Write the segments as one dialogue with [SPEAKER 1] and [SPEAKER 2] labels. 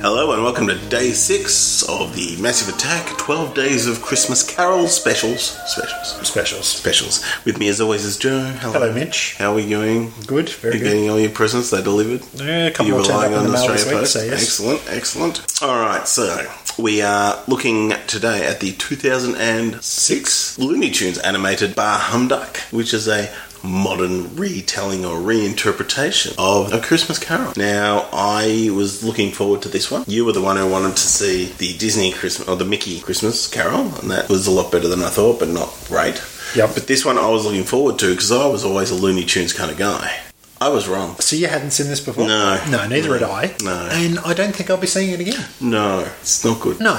[SPEAKER 1] Hello and welcome to day six of the Massive Attack 12 Days of Christmas Carol specials. Specials.
[SPEAKER 2] Specials.
[SPEAKER 1] Specials. With me as always is Joe. Hello.
[SPEAKER 2] Hello, Mitch.
[SPEAKER 1] How are we going?
[SPEAKER 2] Good, very
[SPEAKER 1] You're
[SPEAKER 2] good.
[SPEAKER 1] getting all your presents they delivered?
[SPEAKER 2] Yeah, a couple
[SPEAKER 1] You're
[SPEAKER 2] more turned up
[SPEAKER 1] relying
[SPEAKER 2] in
[SPEAKER 1] on
[SPEAKER 2] the mail
[SPEAKER 1] Australia
[SPEAKER 2] this week,
[SPEAKER 1] Post.
[SPEAKER 2] so yes.
[SPEAKER 1] Excellent, excellent. All right, so we are looking today at the 2006 Looney Tunes animated Bar Humduck, which is a modern retelling or reinterpretation of A Christmas Carol. Now, I was looking forward to this one. You were the one who wanted to see the Disney Christmas or the Mickey Christmas Carol, and that was a lot better than I thought, but not great.
[SPEAKER 2] Yep.
[SPEAKER 1] But this one I was looking forward to because I was always a Looney Tunes kind of guy. I was wrong.
[SPEAKER 2] So you hadn't seen this before?
[SPEAKER 1] No.
[SPEAKER 2] No, neither had I.
[SPEAKER 1] No.
[SPEAKER 2] And I don't think I'll be seeing it again.
[SPEAKER 1] No, it's not good.
[SPEAKER 2] No.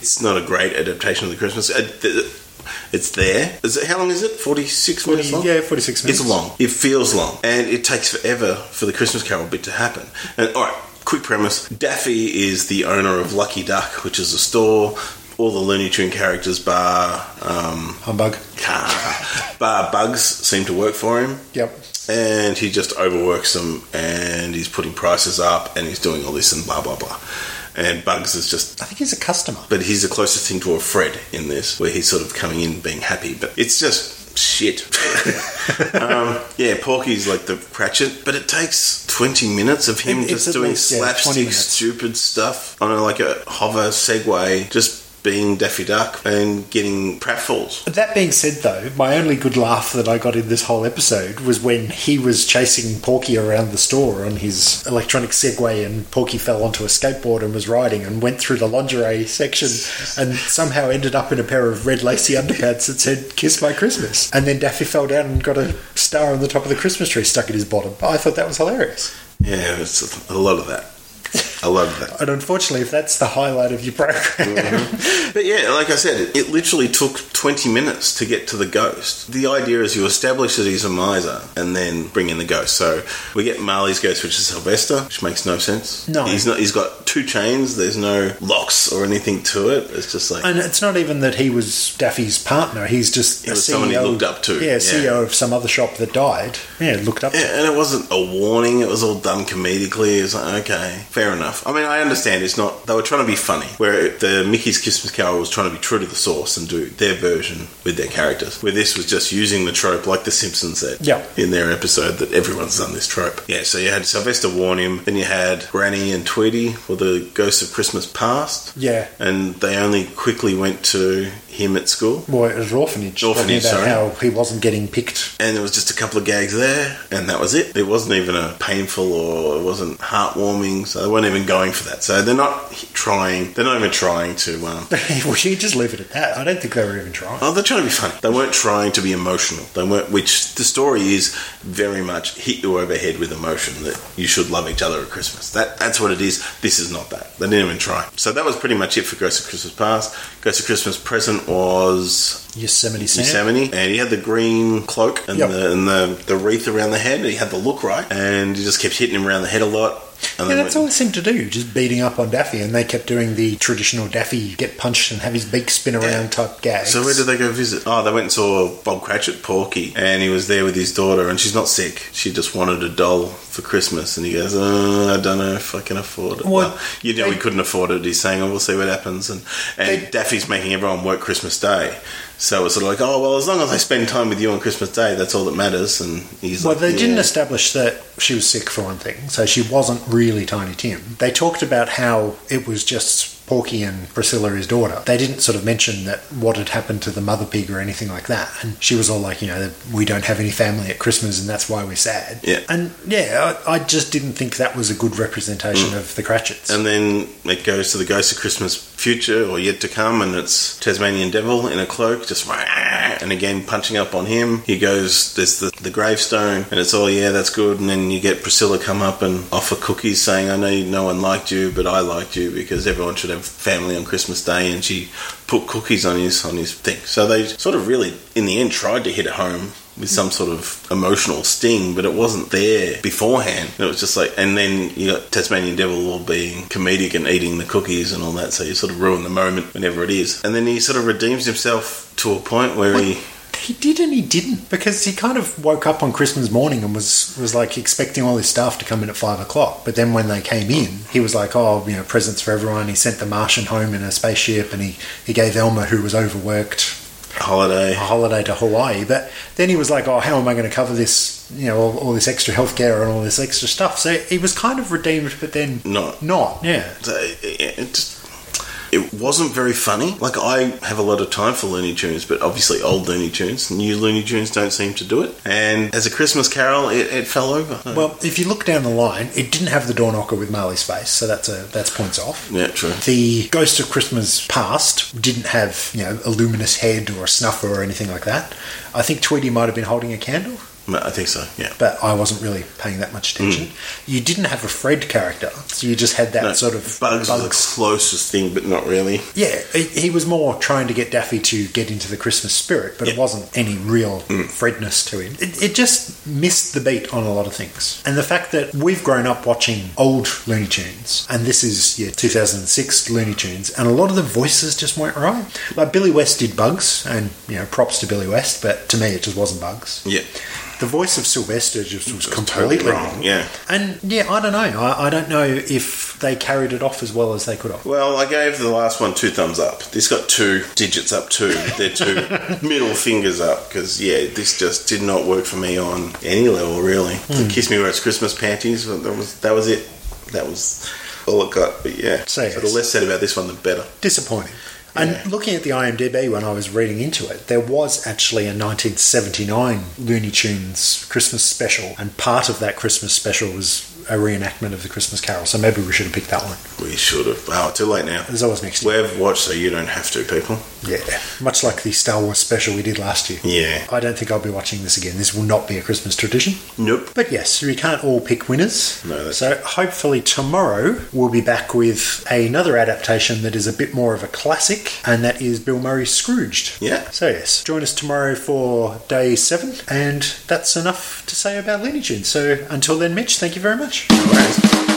[SPEAKER 1] It's not a great adaptation of the Christmas. uh, th- It's there. Is it, how long is it? 46 minutes long?
[SPEAKER 2] yeah, 46 minutes.
[SPEAKER 1] It's long. It feels long. And it takes forever for the Christmas Carol bit to happen. And all right, quick premise Daffy is the owner of Lucky Duck, which is a store. All the Looney Tune characters, bar, um,
[SPEAKER 2] Humbug.
[SPEAKER 1] bar Bugs, seem to work for him
[SPEAKER 2] Yep.
[SPEAKER 1] and he just overworks them and he's putting prices up and he's doing all this and blah blah blah and bugs is just
[SPEAKER 2] I think he's a customer.
[SPEAKER 1] but he's the closest thing to a fred in this where he's sort of coming in being happy but it's just shit um, yeah porky's like the cratchit but it takes 20 minutes of him
[SPEAKER 2] It- it's
[SPEAKER 1] just
[SPEAKER 2] at
[SPEAKER 1] doing
[SPEAKER 2] least, yeah, 20
[SPEAKER 1] slapstick
[SPEAKER 2] minutes.
[SPEAKER 1] stupid stuff on a, like a hover segway just being Daffy Duck and getting pratfalls.
[SPEAKER 2] But that being said, though, my only good laugh that I got in this whole episode was when he was chasing Porky around the store on his electronic Segway, and Porky fell onto a skateboard and was riding and went through the lingerie section and somehow ended up in a pair of red lacy underpants that said "Kiss My Christmas." And then Daffy fell down and got a star on the top of the Christmas tree stuck in his bottom. I thought that was hilarious.
[SPEAKER 1] Yeah, it's a lot of that. I love that.
[SPEAKER 2] And unfortunately, if that's the highlight of your program,
[SPEAKER 1] But yeah, like I said, it, it literally took 20 minutes to get to the ghost. The idea is you establish that he's a miser and then bring in the ghost. So we get Marley's ghost, which is Sylvester, which makes no sense.
[SPEAKER 2] No.
[SPEAKER 1] He's, not, he's got two chains, there's no locks or anything to it. It's just like.
[SPEAKER 2] And it's not even that he was Daffy's partner. He's just E
[SPEAKER 1] It was someone he looked up to,
[SPEAKER 2] Yeah,
[SPEAKER 1] yeah.
[SPEAKER 2] CEO of some other shop that died. Yeah, looked up. to.
[SPEAKER 1] yeah, and it wasn't a warning. It was all done comedically. It was like, okay, fair enough. I mean, I understand it's not. They were trying to be funny, where the Mickey's Christmas Carol was trying to be true to the source and do their version with their characters. Where this was just using the trope, like The Simpsons said.
[SPEAKER 2] Yeah.
[SPEAKER 1] in their episode that everyone's done this trope. Yeah, so you had Sylvester warn him, then you had Granny and Tweety for the Ghosts of Christmas Past,
[SPEAKER 2] Yeah.
[SPEAKER 1] and they only quickly went to him at school.
[SPEAKER 2] Well, it was orphanage. talking
[SPEAKER 1] Orphanage,
[SPEAKER 2] about
[SPEAKER 1] sorry.
[SPEAKER 2] how he wasn't getting picked.
[SPEAKER 1] And there was just a couple of gags there, and that was it. It wasn't even a painful or it wasn't heartwarming, so they weren't even going for that. So they're not trying, they're not even trying to, um,
[SPEAKER 2] well, you just leave it at that. I don't think they were even trying.
[SPEAKER 1] Oh, they're trying to be funny. They weren't trying to be emotional. They weren't, which the story is very much hit you over the head with emotion that you should love each other at Christmas. That that's what it is. This is not that. They didn't even try. So that was pretty much it for Ghost of Christmas Past. Ghost of Christmas Present was
[SPEAKER 2] Yosemite Sam.
[SPEAKER 1] Yosemite, and he had the green cloak and
[SPEAKER 2] Yep.
[SPEAKER 1] the and the, the wreath around the head. He had the look right, and he just kept hitting him around the head a lot. And
[SPEAKER 2] Yeah,
[SPEAKER 1] then
[SPEAKER 2] that's
[SPEAKER 1] went-
[SPEAKER 2] all they seemed to do, just beating up on Daffy, and they kept doing the traditional Daffy get punched and have his beak spin around
[SPEAKER 1] Yeah.
[SPEAKER 2] type gags.
[SPEAKER 1] So where did they go visit? Oh, they went and saw Bob Cratchit, Porky, and he was there with his daughter, and she's not sick. She just wanted a doll for Christmas, and he goes, oh, I don't know if I can afford it.
[SPEAKER 2] Well,
[SPEAKER 1] Well, you know, he couldn't afford it. He's saying, oh, we'll see what happens, and and
[SPEAKER 2] They-
[SPEAKER 1] Daffy's making everyone work Christmas Day. So it's sort of like, oh well, as long as I spend time with you on Christmas Day, that's all that matters. And he's
[SPEAKER 2] Well,
[SPEAKER 1] like,
[SPEAKER 2] they didn't
[SPEAKER 1] "Yeah."
[SPEAKER 2] establish that she was sick for one thing, so she wasn't really Tiny Tim. They talked about how it was just Porky and Priscilla, his daughter. They didn't sort of mention that what had happened to the mother pig or anything like that. And she was all like, you know, that we don't have any family at Christmas, and that's why we're sad.
[SPEAKER 1] Yeah.
[SPEAKER 2] And yeah, I, I just didn't think that was a good representation
[SPEAKER 1] Mm.
[SPEAKER 2] of the Cratchits.
[SPEAKER 1] And then it goes to the Ghost of Christmas Future or Yet to Come, and it's Tasmanian Devil in a cloak, just rah, and again punching up on him. He goes, there's the, the gravestone, and it's all, yeah, that's good. And then you get Priscilla come up and offer cookies, saying, I know you- no one liked you, but I liked you because everyone should have family on Christmas Day, and she put cookies on his on his thing. So they sort of really, in the end, tried to hit it home with some sort of emotional sting, but it wasn't there beforehand. It was just like, and then you got Tasmanian Devil all being comedic and eating the cookies and all that, so you sort of ruin the moment whenever it is. And then he sort of redeems himself to a point where he.
[SPEAKER 2] He did and he didn't because he kind of woke up on Christmas morning and was was like expecting all his staff to come in at five o'clock. But then when they came in, he was like, "Oh, you know, presents for everyone." He sent the Martian home in a spaceship, and he he gave Elmer, who was overworked,
[SPEAKER 1] Holiday.
[SPEAKER 2] a holiday to Hawaii. But then he was like, "Oh, how am I going to cover this? You know, all, all this extra healthcare and all this extra stuff." So he was kind of redeemed, but then
[SPEAKER 1] Not.
[SPEAKER 2] not. Yeah,
[SPEAKER 1] It, it just- it wasn't very funny. Like, I have a lot of time for Looney Tunes, but obviously old Looney Tunes. New Looney Tunes don't seem to do it. And as a Christmas carol, it, it fell over.
[SPEAKER 2] Well, if you look down the line, it didn't have the door knocker with Marley's face, so that's a that's points off.
[SPEAKER 1] yeah, true.
[SPEAKER 2] The Ghost of Christmas Past didn't have you know a luminous head or a snuffer or anything like that. I think Tweety might have been holding a candle,
[SPEAKER 1] I think so, yeah.
[SPEAKER 2] but I wasn't really paying that much attention. You didn't have a Fred character, so you just had that
[SPEAKER 1] Hmm. No,
[SPEAKER 2] sort of
[SPEAKER 1] Bugs, was the closest thing, but not really.
[SPEAKER 2] Yeah, he he was more trying to get Daffy to get into the Christmas spirit, but
[SPEAKER 1] Yeah.
[SPEAKER 2] it
[SPEAKER 1] Mm.
[SPEAKER 2] wasn't any real Fredness to him. It, it just missed the beat on a lot of things. And the fact that we've grown up watching old Looney Tunes, and this is yeah 2006 Looney Tunes, and a lot of the voices just weren't right. Like Billy West did Bugs, and you know props to Billy West, but to me it just wasn't Bugs.
[SPEAKER 1] Yeah.
[SPEAKER 2] The voice of Sylvester just was
[SPEAKER 1] Totally
[SPEAKER 2] completely
[SPEAKER 1] wrong. Yeah.
[SPEAKER 2] And yeah, I don't know. I, I don't know if they carried it off as well as they could have.
[SPEAKER 1] Well, I gave the last one two thumbs up. This got two digits up, two. They're two middle fingers up because yeah, this just did not work for me on any level really. The Kiss Me Where It's Christmas panties. well, That was that was it. That was all it got. But yeah,
[SPEAKER 2] So
[SPEAKER 1] the less said about this one, the better.
[SPEAKER 2] disappointing.
[SPEAKER 1] Yeah.
[SPEAKER 2] And looking at the IMDb when I was reading into it, there was actually a 1979 Looney Tunes Christmas special, and part of that Christmas special was a reenactment of the Christmas Carol. So maybe we should have picked that one.
[SPEAKER 1] We should have. Oh, too late now.
[SPEAKER 2] There's always next year.
[SPEAKER 1] We've watched, so you don't have to, people.
[SPEAKER 2] Yeah, much like the Star Wars special we did last year.
[SPEAKER 1] Yeah.
[SPEAKER 2] I don't think I'll be watching this again. This will not be a Christmas tradition.
[SPEAKER 1] Nope.
[SPEAKER 2] But yes, we can't all pick winners.
[SPEAKER 1] No, that's-
[SPEAKER 2] so hopefully tomorrow we'll be back with another adaptation that is a bit more of a classic, and that is Bill Murray's Scrooged.
[SPEAKER 1] Yeah.
[SPEAKER 2] So yes, join us tomorrow for day seven, and that's enough to say about Looney Tunes. So until then, Mitch, thank you very much.
[SPEAKER 1] Alright.